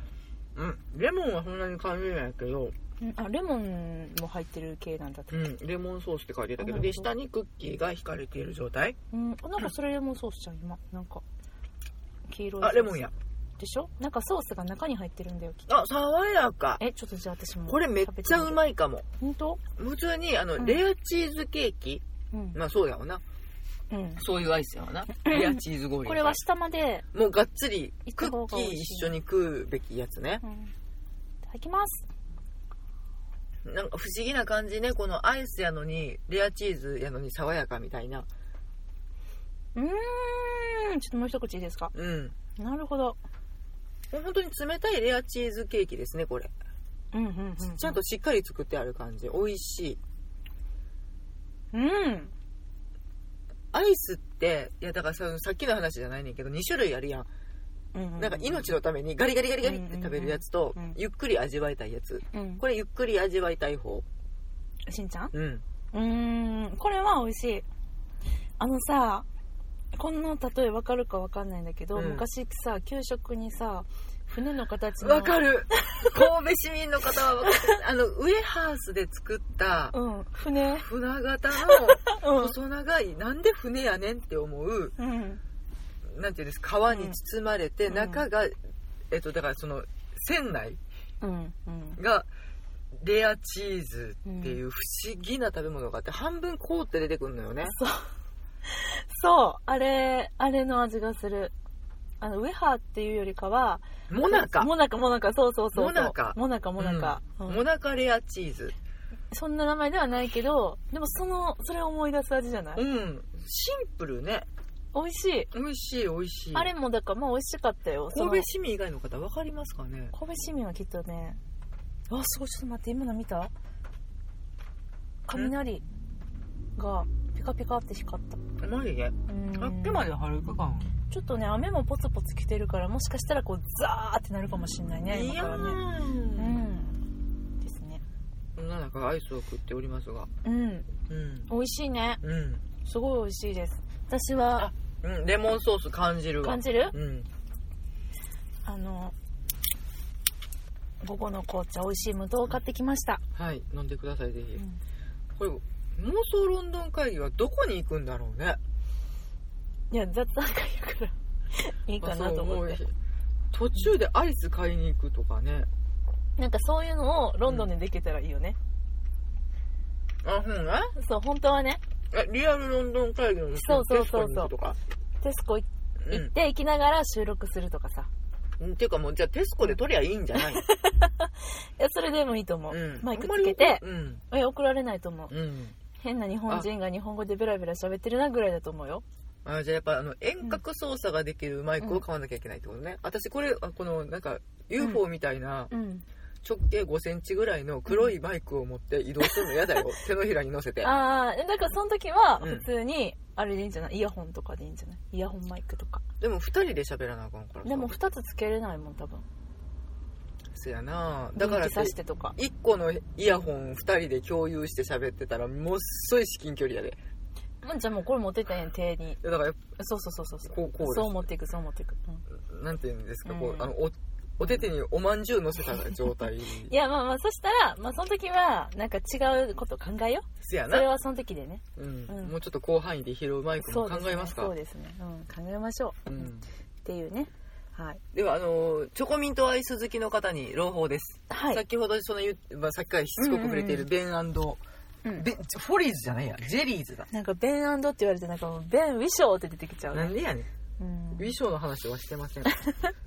Speaker 2: うん、レモンはそんなに感じないけど、
Speaker 1: うんあレモンも入ってる系なんだと、
Speaker 2: うん、レモンソースって書いてたけ
Speaker 1: なる
Speaker 2: ど、
Speaker 1: ほど
Speaker 2: で、下にクッキーが引かれている状態。
Speaker 1: うん、あなんかそれレモンソースじゃん今なんか黄色い
Speaker 2: あ、レモンや。
Speaker 1: でしょなんかソースが中に入ってるんだよきっと
Speaker 2: あ、爽やか。
Speaker 1: えちょっとじゃあ私も
Speaker 2: これめっちゃうま
Speaker 1: い
Speaker 2: いかも。
Speaker 1: 本当
Speaker 2: 普通に、あの、
Speaker 1: うん
Speaker 2: レアチーズケーキ。
Speaker 1: うん、
Speaker 2: まあそうやわな。
Speaker 1: うん、
Speaker 2: そういうアイスやわな。レアチーズ氷。
Speaker 1: これは下まで、
Speaker 2: もうがっつり、
Speaker 1: 行く
Speaker 2: ク
Speaker 1: 方
Speaker 2: ッキ
Speaker 1: が
Speaker 2: ー
Speaker 1: 美味しい
Speaker 2: 一緒に食うべきやつね。
Speaker 1: うん、いただきます
Speaker 2: なんか不思議な感じね。このアイスやのに、レアチーズやのに爽やかみたいな。
Speaker 1: うーんちょっともう一口いいですか
Speaker 2: うん。
Speaker 1: なるほど
Speaker 2: 本当に冷たいレアチーズケーキですね、これ。
Speaker 1: うんうんうん、うん、
Speaker 2: ちゃんとしっかり作ってある感じ。美味しい。
Speaker 1: うん
Speaker 2: アイスって、いやだからささっきの話じゃないねんけど、2種類あるやん。
Speaker 1: な
Speaker 2: なんか命のためにガリガリガリガリって食べるやつと
Speaker 1: うんうんうん、
Speaker 2: ゆっくり味わいたいやつ。
Speaker 1: うん、
Speaker 2: これゆっくり味わいたい方。
Speaker 1: しんちゃんう
Speaker 2: うん。
Speaker 1: ーんこれは美味しいあのさこの例えわかるかわかんないんだけど、
Speaker 2: うん
Speaker 1: 昔さ給食にさ船の形の
Speaker 2: わかる神戸市民の方はわかる。
Speaker 1: (laughs)
Speaker 2: あの、ウエハースで作った
Speaker 1: うん船
Speaker 2: 船型
Speaker 1: う
Speaker 2: の
Speaker 1: ん
Speaker 2: 細長い、なんで船やねんって思う、
Speaker 1: うん
Speaker 2: なんていうんですか、皮に包まれて、
Speaker 1: うん
Speaker 2: 中が、えっと、だからその、船内
Speaker 1: うんうん
Speaker 2: が、レアチーズっていう不思議な食べ物があって、半分凍って出てくるのよね。
Speaker 1: そうあれあれの味がするあのウェハーっていうよりかは
Speaker 2: モナカ。
Speaker 1: モナカモナカそうそうそうそう
Speaker 2: モナカ
Speaker 1: モナカモナカ、うん
Speaker 2: モナカレアチーズ。
Speaker 1: そんな名前ではないけどでもそのそれを思い出す味じゃない、
Speaker 2: うん。シンプルね。
Speaker 1: 美味しい
Speaker 2: 美味しい美味しい。
Speaker 1: あれもだからまあ美味しかったよその
Speaker 2: 神戸市民以外の方分かりますかね
Speaker 1: 神戸市民はきっとねあすごいちょっと待って今の見た雷がピカピカって光った
Speaker 2: マジで
Speaker 1: うん
Speaker 2: あっけまではるかか
Speaker 1: ちょっとね雨もポツポツ来てるからもしかしたらこうザーってなるかもしんないね
Speaker 2: い
Speaker 1: 今
Speaker 2: や
Speaker 1: からねう
Speaker 2: ー
Speaker 1: んですね
Speaker 2: そんな中アイスを食っておりますが
Speaker 1: うん
Speaker 2: うん
Speaker 1: 美味しいね
Speaker 2: うん、
Speaker 1: すごい美味しいです私は
Speaker 2: うん、レモンソース感じるわ
Speaker 1: 感じる
Speaker 2: うん
Speaker 1: あの午後の紅茶美味しい無糖を買ってきました、
Speaker 2: はい飲んでくださいぜひ
Speaker 1: うん
Speaker 2: これ妄想ロンドン会議はどこに行くんだろうね
Speaker 1: (laughs) いや雑談会やからいいかなと思って
Speaker 2: まあそう途中でアイス買いに行くとかね
Speaker 1: なんかそういうのをロンドンでできたらいいよね、
Speaker 2: あほんね
Speaker 1: そう本当はね
Speaker 2: えリアルロンドン会議の時に
Speaker 1: そうそうそうそう
Speaker 2: テスコに行くとか
Speaker 1: テスコ行行って行きながら収録するとかさ
Speaker 2: うんていうかもうじゃあテスコで取りゃいいんじゃない、
Speaker 1: いやそれでもいいと思う、
Speaker 2: うん、
Speaker 1: マイクつけて
Speaker 2: あんまりうん
Speaker 1: え怒られないと思う
Speaker 2: うん
Speaker 1: 変な日本人が日本語でベラベラ喋ってるなぐらいだと思うよ
Speaker 2: あじゃあやっぱあの遠隔操作ができるマイクを買わなきゃいけないってことね、私これあこのなんか UFO みたいな
Speaker 1: うん
Speaker 2: 直径5センチぐらいの黒いマイクを持って移動するの嫌だよ (laughs) 手のひらに乗せて
Speaker 1: ああだからその時は
Speaker 2: うん
Speaker 1: 普通にあれでいいんじゃないイヤホンとかでいいんじゃないイヤホンマイクとか
Speaker 2: でも2人で喋らなあかんからさ
Speaker 1: でも2つつけれないもん多分
Speaker 2: そやなだ
Speaker 1: 電
Speaker 2: から
Speaker 1: 気さしてとか
Speaker 2: 1個のイヤホン2人で共有して喋ってたらもっそい至近距離やで
Speaker 1: うんじゃあもうこれ持ってったんや手に
Speaker 2: だからやっ
Speaker 1: そうそうそうそうそう
Speaker 2: こうこうです
Speaker 1: そう持っていくそう持っていく、うん
Speaker 2: ぱなんていうんですか、
Speaker 1: う
Speaker 2: こ
Speaker 1: ん
Speaker 2: うあのおお手手におまんじゅう乗せた状 (laughs) 態
Speaker 1: いやまあまあそしたら、まあ、その時はなんか違うこと考えよ
Speaker 2: せや
Speaker 1: うそ
Speaker 2: な
Speaker 1: れはその時でね
Speaker 2: うん
Speaker 1: うん
Speaker 2: もうちょっと広範囲で拾うマイク
Speaker 1: そ
Speaker 2: も
Speaker 1: うで
Speaker 2: 考
Speaker 1: すね
Speaker 2: えますか
Speaker 1: そうですね、うん、考えましょう、
Speaker 2: う
Speaker 1: うんっ
Speaker 2: ん
Speaker 1: ていうねはい
Speaker 2: ではあのチョコミントアイス好きの方に朗報です、
Speaker 1: はい
Speaker 2: 先ほどその言う、まあ、さっきからしつこく触れているベン、
Speaker 1: うん
Speaker 2: ベンフォリーズじゃないやジェリーズだ
Speaker 1: なんかベンって言われてなんかもうベンウィショーって出てきちゃう
Speaker 2: な
Speaker 1: ね、
Speaker 2: んでやねん
Speaker 1: うん
Speaker 2: 衣装の話はしてま (laughs) せん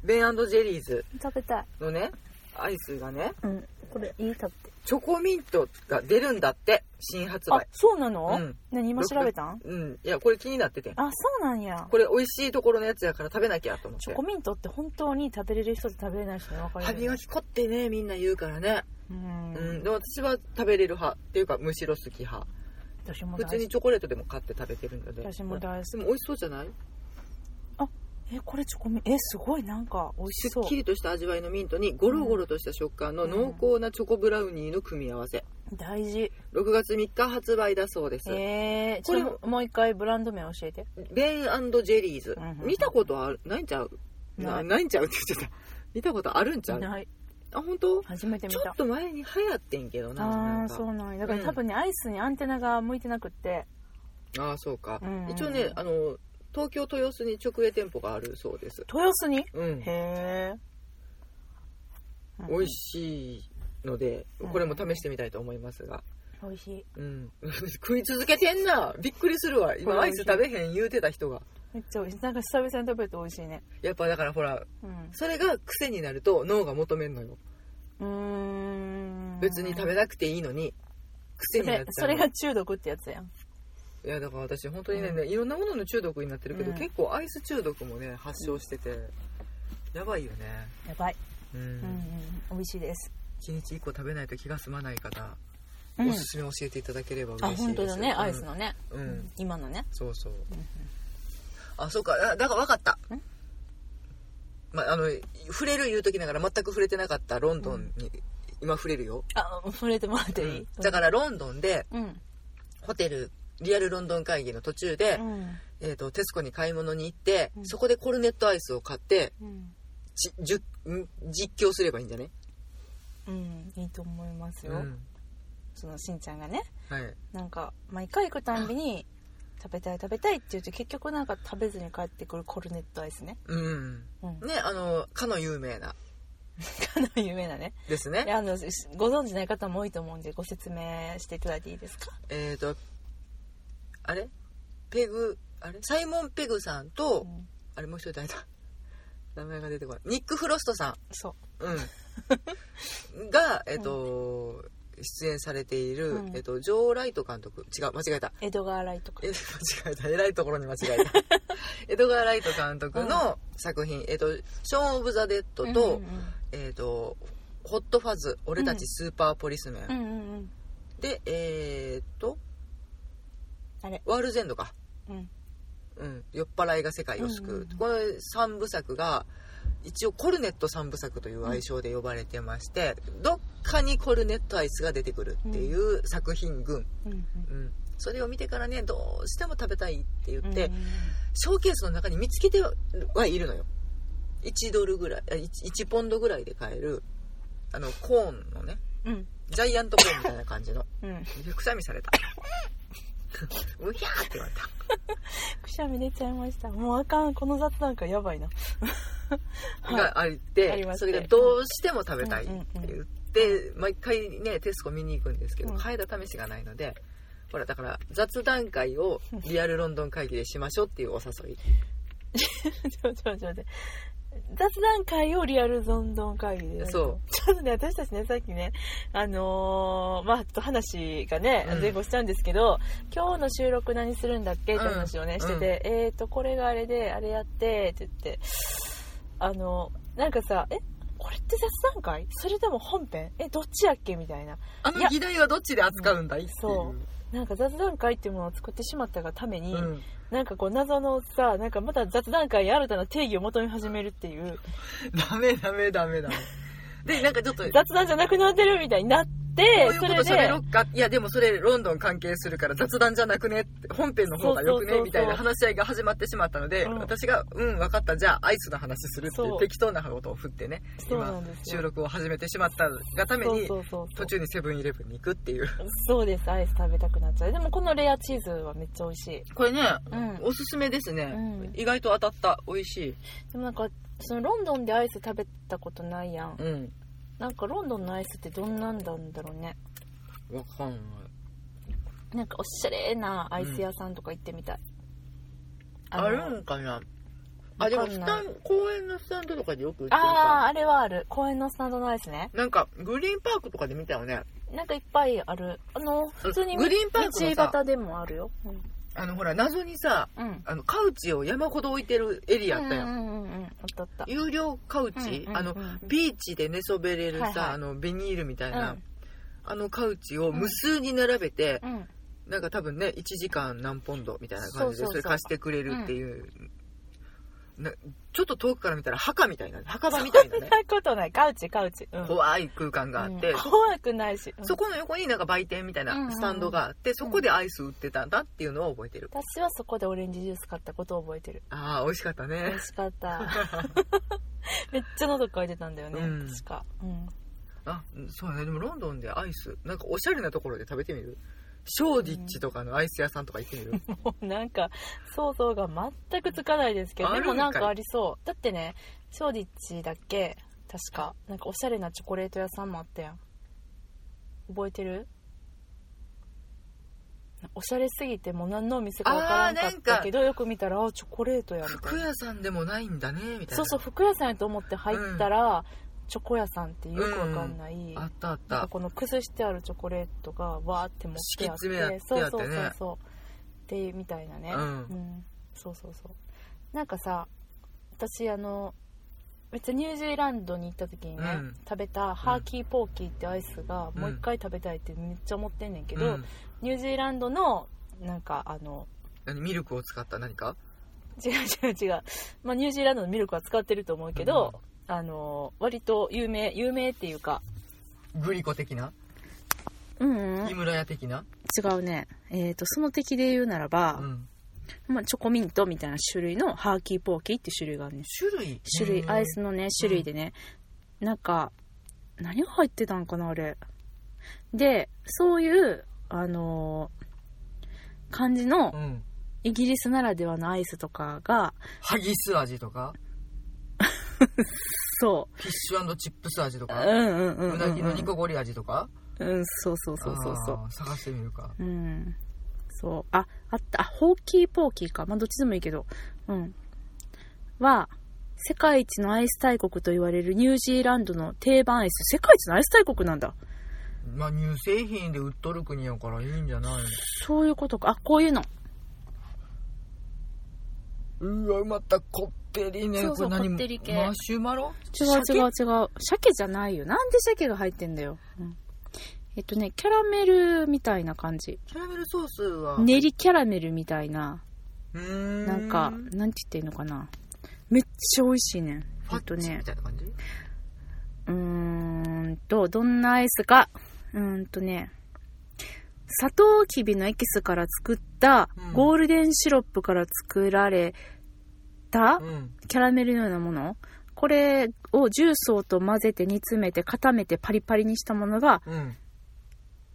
Speaker 2: ベンジェリーズ
Speaker 1: 食べたい、
Speaker 2: のねアイスがね
Speaker 1: うん、これいい食べて
Speaker 2: チョコミントが出るんだって新発
Speaker 1: あ
Speaker 2: 売
Speaker 1: そうなの、
Speaker 2: うん
Speaker 1: 何今調べたん
Speaker 2: うんいやこれ気になってて
Speaker 1: あそうなんや
Speaker 2: これ美味しいところのやつやから食べなきゃと思っ
Speaker 1: チョ
Speaker 2: て
Speaker 1: コミントって本当に食べれる人と食べれない人に分かれ
Speaker 2: 歯
Speaker 1: るよ
Speaker 2: 磨
Speaker 1: ね
Speaker 2: き粉ってねみんな言うからね、
Speaker 1: うん、
Speaker 2: うん、でも私は食べれる派っていうかむしろ好き派
Speaker 1: 私も
Speaker 2: 普
Speaker 1: 大
Speaker 2: 通
Speaker 1: 好
Speaker 2: に
Speaker 1: き
Speaker 2: チョコレートでも買って食べてるので
Speaker 1: 私も大好き
Speaker 2: でも美味しそうじゃない
Speaker 1: えこれチョコミントえすごいなんか美味し
Speaker 2: す
Speaker 1: そ
Speaker 2: っきりとした味わいのミントにゴロゴロとした食感の濃厚なチョコブラウニーの組み合わせ
Speaker 1: う大事
Speaker 2: 6月3日発売だそうです、
Speaker 1: えー、
Speaker 2: こ
Speaker 1: こ
Speaker 2: れ
Speaker 1: れももう一回ブランド名教えて
Speaker 2: ベンジェリーズ、
Speaker 1: うんうん
Speaker 2: 見たことあるないんちゃう
Speaker 1: な
Speaker 2: ないないんちゃうって言っちゃった (laughs) 見たことあるんちゃう
Speaker 1: ない
Speaker 2: あ本当
Speaker 1: 初めて見
Speaker 2: ちょ
Speaker 1: た
Speaker 2: っと前に流行ってんけどな
Speaker 1: あ
Speaker 2: な
Speaker 1: あ
Speaker 2: んか
Speaker 1: そうなんやだから多分ね、アイスにアンテナが向いてなくって
Speaker 2: ああそうか、
Speaker 1: うんうん
Speaker 2: 一応ねあの東京豊洲に直営店舗があるそうです
Speaker 1: 豊洲に
Speaker 2: うん
Speaker 1: へえ
Speaker 2: 美味
Speaker 1: い
Speaker 2: しいので
Speaker 1: うん
Speaker 2: これも試してみたいと思いますが
Speaker 1: 美味しい
Speaker 2: うん (laughs) 食い続けてんなびっくりするわ
Speaker 1: こ
Speaker 2: 今
Speaker 1: れ
Speaker 2: アイス食べへん言うてた人が
Speaker 1: めっちゃ美味しいなんか久々に食べると美味しいね
Speaker 2: やっぱだからほら
Speaker 1: うん
Speaker 2: それが癖になると脳が求めんのよ
Speaker 1: うーん
Speaker 2: 別に食べなくていいのに癖
Speaker 1: そ
Speaker 2: になっ
Speaker 1: れ
Speaker 2: ちゃう
Speaker 1: それが中毒ってやつやん
Speaker 2: いやだから私本当にね、
Speaker 1: う
Speaker 2: いろんなものの中毒になってるけど、
Speaker 1: うん
Speaker 2: 結構アイス中毒もね発症してて、やばいよね
Speaker 1: やばい
Speaker 2: うん、
Speaker 1: うんうん美味しいです
Speaker 2: 1日1個食べないと気が済まない方、
Speaker 1: うん
Speaker 2: おすすめ教えていただければ嬉しい
Speaker 1: あ
Speaker 2: です
Speaker 1: 本当だね
Speaker 2: うん
Speaker 1: アイスのね
Speaker 2: うん、
Speaker 1: 今のね
Speaker 2: そうそう、あそうかあだから分かった
Speaker 1: ん
Speaker 2: まあの触れる言うときながら全く触れてなかったロンドンに、今触れるよ、
Speaker 1: あ触れてもらっていい、
Speaker 2: だからロンドンで
Speaker 1: うん
Speaker 2: ホテルリアルロンドン会議の途中で、
Speaker 1: うん
Speaker 2: えー、とテスコに買い物に行って、
Speaker 1: うん
Speaker 2: そこでコルネットアイスを買って
Speaker 1: うん、
Speaker 2: じじゅん実況すればいいんじゃね、
Speaker 1: うん、いいと思いますよ、
Speaker 2: うん
Speaker 1: そのしんちゃんがね
Speaker 2: はい、
Speaker 1: なんか毎回行くたんびに食べたい食べたいって言うと結局なんか食べずに帰ってくるコルネットアイスね
Speaker 2: うん
Speaker 1: うん
Speaker 2: ねあのかの有名な
Speaker 1: かなり有名なね
Speaker 2: です
Speaker 1: で
Speaker 2: ね
Speaker 1: あのしご存知ない方も多いと思うんでご説明していただいていいですか
Speaker 2: えっ、とあれペグあれサイモン・ペグさんと、
Speaker 1: うん
Speaker 2: あれもう一人誰だ (laughs) 名前が出てこないニック・フロストさ
Speaker 1: そ
Speaker 2: ん、
Speaker 1: (laughs)
Speaker 2: うん、がえっ、と、出演されている、
Speaker 1: うん
Speaker 2: えっとジョー・ライト監督違う間違えた
Speaker 1: うエドガー・ライトか
Speaker 2: え (laughs) 間違えた偉いところに間違
Speaker 1: (laughs)
Speaker 2: えたエドガー・ライト監督の作品「えっと、ショーン・オブ・ザ・デッドと」
Speaker 1: うん
Speaker 2: えっと「ホット・ファズ俺たちスーパーポリスメン」
Speaker 1: うんうんうんうんうん
Speaker 2: でえっ、と
Speaker 1: あれ
Speaker 2: ワールズ・エンドか、
Speaker 1: うん
Speaker 2: うん、酔っ払いが世界を救
Speaker 1: う
Speaker 2: う、
Speaker 1: んうんうん
Speaker 2: この3部作が一応コルネット3部作という愛称で呼ばれてまして、どっかにコルネットアイスが出てくるっていう作品群、
Speaker 1: うんうん
Speaker 2: うんそれを見てからねどうしても食べたいって言って、
Speaker 1: うんうん
Speaker 2: ショーケースの中に見つけてはいるのよ1ドルぐらいあ 1, 1ポンドぐらいで買えるあのコーンのね
Speaker 1: うん
Speaker 2: ジャイアントコーンみたいな感じの (laughs)
Speaker 1: うん
Speaker 2: くしゃみされた (laughs) うひゃーって言われた
Speaker 1: くしゃみ出ちゃいましたもうあかんこの雑談会やばいな
Speaker 2: があって、
Speaker 1: あります
Speaker 2: そ
Speaker 1: ね
Speaker 2: れがどうしても食べたいって
Speaker 1: うんうん
Speaker 2: 言って、毎回ねテスコ見に行くんですけど
Speaker 1: うん
Speaker 2: 買えた試しがないのでほらだから雑談会をリアルロンドン会議でしましょうっていうお誘い
Speaker 1: ちょちょちょちょ雑談会をリアルゾンドン会議で
Speaker 2: そう
Speaker 1: ちょっとね私たちねさっきねあのーまあちょっと話がね
Speaker 2: うん
Speaker 1: 前後したんですけど、今日の収録何するんだっけって話をね、
Speaker 2: うん
Speaker 1: してて、えっ、ー、とこれがあれであれやってって言ってあのなんかさえこれって雑談会それとも本編えどっちやっけみたいな
Speaker 2: あの議題はどっちで扱うんだいっていう
Speaker 1: そなんか雑談会っていうものを作ってしまったがために、
Speaker 2: うん
Speaker 1: なんかこう謎のさなんかまた雑談会に新たな定義を求め始めるっていう
Speaker 2: ダメダメダメダメでなんかちょっと
Speaker 1: 雑談じゃなくなってるみたいになって
Speaker 2: こういう
Speaker 1: そ
Speaker 2: こと
Speaker 1: れ
Speaker 2: 喋
Speaker 1: で
Speaker 2: ろっかいやでもそれロンドン関係するから雑談じゃなくねって本編の方が
Speaker 1: そうそうそ
Speaker 2: よく
Speaker 1: う
Speaker 2: ね
Speaker 1: そう
Speaker 2: みたいな話し合いが始まってしまったので、
Speaker 1: うん
Speaker 2: 私が「うん分かったじゃあアイスの話する」ってい
Speaker 1: そう
Speaker 2: う適当なことを振ってね
Speaker 1: そうな
Speaker 2: 今
Speaker 1: んですよ
Speaker 2: 収録を始めてしまったがため
Speaker 1: そう
Speaker 2: に
Speaker 1: そうそうそ
Speaker 2: 途
Speaker 1: う
Speaker 2: 中にセブンイレブンに行くっていう
Speaker 1: そうですアイス食べたくなっちゃうでもこのレアチーズはめっちゃ美味しい
Speaker 2: (laughs) これね、
Speaker 1: うん
Speaker 2: おすすめですね、
Speaker 1: うん
Speaker 2: 意外と当たった美味しい
Speaker 1: でもなんかそのロンドンでアイス食べたことないやん
Speaker 2: うん
Speaker 1: なんかロンドンのアイスってどんなんなんだろうね
Speaker 2: わかんない
Speaker 1: なんかおしゃれなアイス屋さんとか行ってみたい、
Speaker 2: あ
Speaker 1: の
Speaker 2: るんか
Speaker 1: わ
Speaker 2: な
Speaker 1: かんない
Speaker 2: あでもスタン公園のスタンドとかでよく売ってる
Speaker 1: ああ
Speaker 2: か
Speaker 1: あれはある公園のスタンドのアイスね
Speaker 2: なんかグリーンパークとかで見たよね
Speaker 1: なんかいっぱいあるあの普通に
Speaker 2: グリーンパークの
Speaker 1: 道
Speaker 2: さ
Speaker 1: 端でもあるようん
Speaker 2: あのほら謎にさ
Speaker 1: うん
Speaker 2: あのカウチを山ほど置いてるエリアあったやん、
Speaker 1: うんうんうんうんあったあった
Speaker 2: 有料カウ
Speaker 1: うんうん
Speaker 2: チ、
Speaker 1: うん
Speaker 2: あのビーチで寝そべれるさ、
Speaker 1: はいはい
Speaker 2: あのベニールみたいな、
Speaker 1: うん
Speaker 2: あのカウチを無数に並べて、
Speaker 1: うん
Speaker 2: なんか多分ね1時間何ポンドみたいな感じで
Speaker 1: そうそうそう
Speaker 2: それ貸してくれるっていう、なちょっと遠くから見たら墓みたいな墓場みたいな
Speaker 1: そ
Speaker 2: ね
Speaker 1: んなことないカウチカウチ、うん、
Speaker 2: 怖い空間があって、
Speaker 1: うん怖くないし、うん
Speaker 2: そこの横になんか売店みたい
Speaker 1: うんうんう
Speaker 2: なんスタンドがあって、そこでアイス売ってたんだっていうのを覚えてる、
Speaker 1: 私はそこでオレンジジュース買ったことを覚えてる
Speaker 2: ああ美味しかった
Speaker 1: 美
Speaker 2: ね
Speaker 1: 味しかった
Speaker 2: (laughs)
Speaker 1: (laughs) めっちゃ喉乾いてたんだよね、
Speaker 2: うん
Speaker 1: 確か、うん、
Speaker 2: あそうやねでもロンドンでアイスなんかおしゃれなところで食べてみるショーディッチとかのアイス屋さんとか行ってみる、
Speaker 1: もう (laughs) なんか想像が全くつかないですけど
Speaker 2: あ
Speaker 1: で
Speaker 2: るんか
Speaker 1: も
Speaker 2: い
Speaker 1: なんかありそうだってねショーディッチだっけ確かなんかおしゃれなチョコレート屋さんもあったやん覚えてるおしゃれすぎてもう何のお店かわからんかったけどよく見たらあチョコレートやみたい
Speaker 2: 服
Speaker 1: な
Speaker 2: 屋さんでもないんだねみたい
Speaker 1: そ
Speaker 2: な
Speaker 1: うそう服屋さんやと思って入ったら、チョコ屋さんってよくわかんない、
Speaker 2: あったあっ
Speaker 1: なんか
Speaker 2: た
Speaker 1: この崩してあるチョコレートがわーって持ってあって
Speaker 2: 敷き詰めやって
Speaker 1: そう
Speaker 2: やって
Speaker 1: そう
Speaker 2: ね
Speaker 1: そうそうでみたいなね
Speaker 2: うん
Speaker 1: そうそうそうなんかさ私あのめっちゃニュージーランドに行った時にね、
Speaker 2: うん
Speaker 1: 食べたハーキーポーキーってアイスがもう一回食べたいってめっちゃ思ってんねんけど、
Speaker 2: うん
Speaker 1: ニュージーランドのなんかあの (laughs)
Speaker 2: 何ミルクを使った何か
Speaker 1: 違う違う違う、まあ、ニュージーランドのミルクは使ってると思うけど、あの割と有名有名っていうか
Speaker 2: グリコ的な
Speaker 1: うん、
Speaker 2: 木村屋的な、
Speaker 1: 違うね、えー、とその敵で言うならば
Speaker 2: う、ん、
Speaker 1: まあ、チョコミントみたいな種類のハーキーポーキーって種類があるね
Speaker 2: 種類
Speaker 1: 種類
Speaker 2: うん
Speaker 1: アイスのね種類でね、なんか何が入ってたんかなあれでそういうあのー感じの
Speaker 2: うん
Speaker 1: イギリスならではのアイスとかが
Speaker 2: ハギス味とか
Speaker 1: そ
Speaker 2: フィッシュチップス味と
Speaker 1: うう
Speaker 2: か、
Speaker 1: んうんうんう
Speaker 2: うんなぎ
Speaker 1: う
Speaker 2: の
Speaker 1: ん
Speaker 2: ニコゴリ味とか
Speaker 1: うんそうそうそうそうそう
Speaker 2: あー探してみるか
Speaker 1: うん。そう。あ、あった。あ、ホーキーポーキーか。まあ、どっちでもいいけど。うん。は、世界一のアイス大国と言われるニュージーランドの定番アイス。世界一のアイス大国なんだ。
Speaker 2: まあ乳製品で売っとる国やからいいんじゃない
Speaker 1: そういうことか。あ、こういうの。
Speaker 2: うわまたこってりね
Speaker 1: そうそう
Speaker 2: これ何
Speaker 1: こってり系
Speaker 2: マシュマロ
Speaker 1: 違う違う違う。鮭じゃないよ。なんで鮭が入ってんだよ。うんえっとね、キャラメルみたいな感じ。
Speaker 2: キャラメルソースは、
Speaker 1: 練りキャラメルみたいな。
Speaker 2: うーん
Speaker 1: なんか、なんて言っていいのかな。めっちゃ美味しいねん。
Speaker 2: フ
Speaker 1: え
Speaker 2: ァ
Speaker 1: っと
Speaker 2: ッチ
Speaker 1: ね
Speaker 2: み。たいな感じ、
Speaker 1: うーんと、どんなアイスか。うーんとね、サトウキビのエキスから作った
Speaker 2: うん
Speaker 1: ゴールデンシロップから作られた
Speaker 2: うん
Speaker 1: キャラメルのようなものこれを重曹と混ぜて煮詰めて固めてパリパリにしたものが
Speaker 2: うん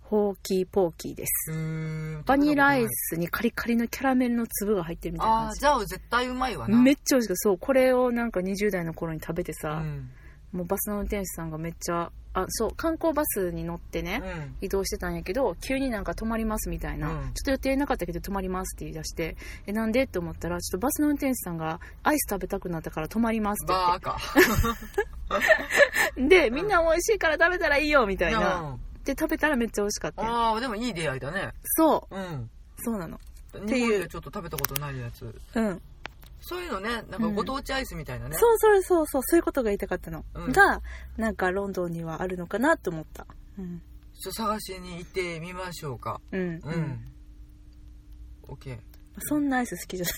Speaker 1: ホーキーポーキーです。
Speaker 2: ん
Speaker 1: バニラアイスにカリカリのキャラメルの粒が入ってるみたいな
Speaker 2: あ
Speaker 1: 感
Speaker 2: あ
Speaker 1: じ
Speaker 2: じ。ゃあ絶対うまいわな
Speaker 1: め
Speaker 2: っ
Speaker 1: っちゃ美味しかった。そう、これをなんか20代の頃に食べて
Speaker 2: ちう
Speaker 1: さ、
Speaker 2: ん
Speaker 1: もうバスの運転手さんがめっちゃ、あ、そう、観光バスに乗ってね、
Speaker 2: うん
Speaker 1: 移動してたんやけど急になんか泊まりますみたいな、
Speaker 2: うん
Speaker 1: ちょっと予定なかったけど泊まりますって言い出してえなんでって思ったらちょっとバスの運転手さんがアイス食べたくなったから泊まりますって
Speaker 2: バーカ
Speaker 1: 言ってでみんな美味しいから食べたらいいよみたいな、
Speaker 2: うん
Speaker 1: で食べたらめっちゃ美味しかったよ
Speaker 2: ああでもいい出会いだね
Speaker 1: そう
Speaker 2: うん
Speaker 1: そうなの
Speaker 2: 日
Speaker 1: ていう
Speaker 2: 本でちょっと食べたことないやつ
Speaker 1: うん、
Speaker 2: そういうのねなんかご当地アイスみたいなね、
Speaker 1: そうそうそうそうそういうことが言いたかったの、
Speaker 2: うん
Speaker 1: がなんかロンドンにはあるのかなと思ったうん
Speaker 2: ちょっと探しに行ってみましょうか
Speaker 1: うん、
Speaker 2: う
Speaker 1: うん
Speaker 2: ん、オッケー
Speaker 1: そんなアイス好きじゃな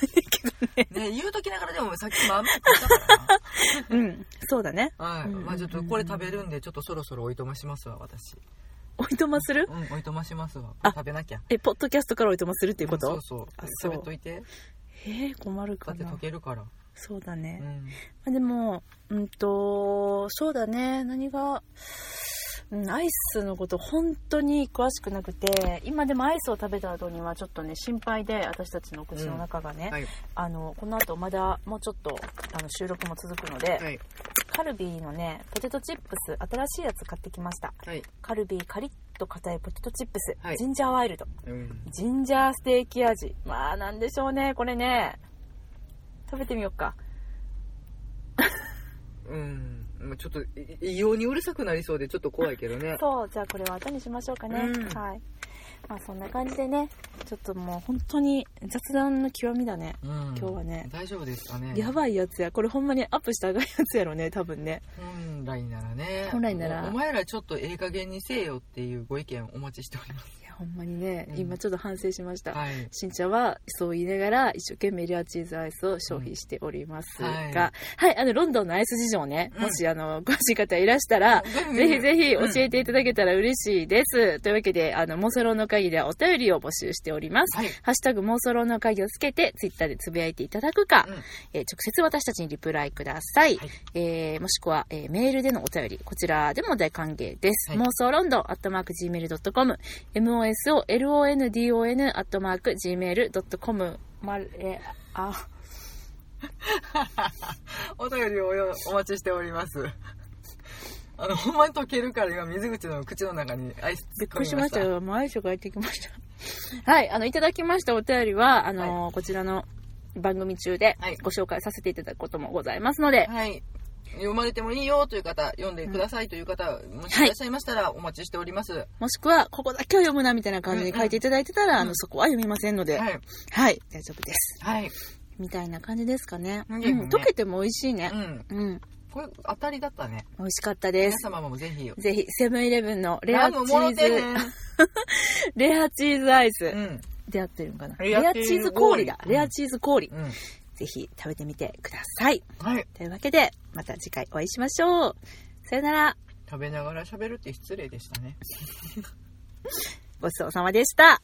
Speaker 1: いけ
Speaker 2: ね言うときながらでもさっきもあんま食ったから
Speaker 1: どねうんそうだね
Speaker 2: なはい、
Speaker 1: うん
Speaker 2: まあちょっとこれ食べるんでちょっとそろそろおいとましますわ私
Speaker 1: おいとまする
Speaker 2: うんおいとましますわ
Speaker 1: あ
Speaker 2: 食べなきゃ
Speaker 1: えポッドキャストからおいとまするっていうこと、
Speaker 2: うんそう
Speaker 1: あそ
Speaker 2: そ
Speaker 1: うう
Speaker 2: 食べといて
Speaker 1: えー、困る
Speaker 2: だ
Speaker 1: か
Speaker 2: って
Speaker 1: な
Speaker 2: 溶けるから、
Speaker 1: そうだ
Speaker 2: う
Speaker 1: ね、
Speaker 2: ん、
Speaker 1: まあでもうんとそうだね何が、うん、アイスのこと本当に詳しくなくて今でもアイスを食べた後にはちょっとね心配で私たちの口の中がね、
Speaker 2: はい
Speaker 1: あのこの後まだもうちょっとあの収録も続くので、
Speaker 2: はい
Speaker 1: カルビーのねポテトチップス新しいやつ買ってきました
Speaker 2: はい、
Speaker 1: カルビーカリッと硬いポテトチップス、
Speaker 2: はい
Speaker 1: ジンジャーワイルド
Speaker 2: うん、
Speaker 1: ジンジャーステーキ味まあなんでしょうねこれね食べてみようか
Speaker 2: うん、まあちょっとい異様にうるさくなりそうでちょっと怖いけどね。
Speaker 1: そうじゃあこれは後にしましょうかね、
Speaker 2: うん
Speaker 1: はいまあそんな感じでねちょっともう本当に雑談の極みだね
Speaker 2: うん、今
Speaker 1: 日はね
Speaker 2: 大丈夫ですかね。
Speaker 1: やばいやつやこれほんまにアップしたらあがんやつやろね多分ね
Speaker 2: 本来ならね。
Speaker 1: 本来なら
Speaker 2: おお前らちょっとええ加減にせえよっていうご意見お待ちしております。
Speaker 1: いやほんまにね、
Speaker 2: うん
Speaker 1: 今ちょっと反省しました、
Speaker 2: はい。
Speaker 1: しんちゃんはそう言いながら一生懸命レアチーズアイスを消費しておりますが、
Speaker 2: うん
Speaker 1: はい、
Speaker 2: は
Speaker 1: あのロンドンのアイス事情ね、
Speaker 2: うん
Speaker 1: もしあの詳しい方いらしたら、ぜひぜひ教えていただけたら嬉しいです。というわけで、あの、妄想論の会議ではお便りを募集しております。
Speaker 2: はい
Speaker 1: ハッシュタグ妄想論の会議をつけて、ツイッターでつぶやいていただくか、
Speaker 2: うん
Speaker 1: えー直接私たちにリプライください。
Speaker 2: はい
Speaker 1: えーもしくは、えーメールでのお便り、こちらでも大歓迎です。
Speaker 2: はい
Speaker 1: 妄想ロンドン、アットマーク Gmail.com、mosolondon、アットマーク Gmail.com、ま、えー、あ、
Speaker 2: (laughs) お便りをおよお待ちしております。あの、ほんまに溶けるから今水口の口の中にアイス
Speaker 1: びっ
Speaker 2: 突込
Speaker 1: くりし
Speaker 2: み
Speaker 1: ました
Speaker 2: よ。
Speaker 1: よ。もう愛情が入ってきました。 (laughs) はい、あの、いただきましたお便りは、あの、こちらの番組中で
Speaker 2: はい
Speaker 1: ご紹介させていただくこともございますので、
Speaker 2: はい。読まれてもいいよという方、読んでくださいという方、もしいらっしゃいましたらお待ちしております。は
Speaker 1: もしくは、ここだけは読むなみたいな感じに書いていただいてたら、あの、そこは読みませんので、
Speaker 2: い。
Speaker 1: はい、大丈夫です。
Speaker 2: はい。
Speaker 1: みたいな感じですかね。
Speaker 2: う
Speaker 1: うんん、溶けても美味しいね
Speaker 2: う。ん。
Speaker 1: うん、
Speaker 2: これ当たりだったね。
Speaker 1: 美味しかったで
Speaker 2: 皆
Speaker 1: す。
Speaker 2: 様もぜひ。
Speaker 1: ぜひ、セブンイレブンのレアチ
Speaker 2: ラムもろ
Speaker 1: ー
Speaker 2: てへん
Speaker 1: ズ、レアチーズアイス、
Speaker 2: うん。
Speaker 1: 出会ってるんかな。
Speaker 2: レ
Speaker 1: レ
Speaker 2: ア
Speaker 1: ア
Speaker 2: チ
Speaker 1: チ
Speaker 2: ーズ
Speaker 1: ーズ氷だ。
Speaker 2: 氷
Speaker 1: レアチーズ氷。
Speaker 2: うん。
Speaker 1: ぜひ食べてみてください。
Speaker 2: はい。
Speaker 1: というわけで、また次回お会いしましょう。さよなら。
Speaker 2: 食べながら喋るって失礼でしたね。
Speaker 1: ごちそうさまでした。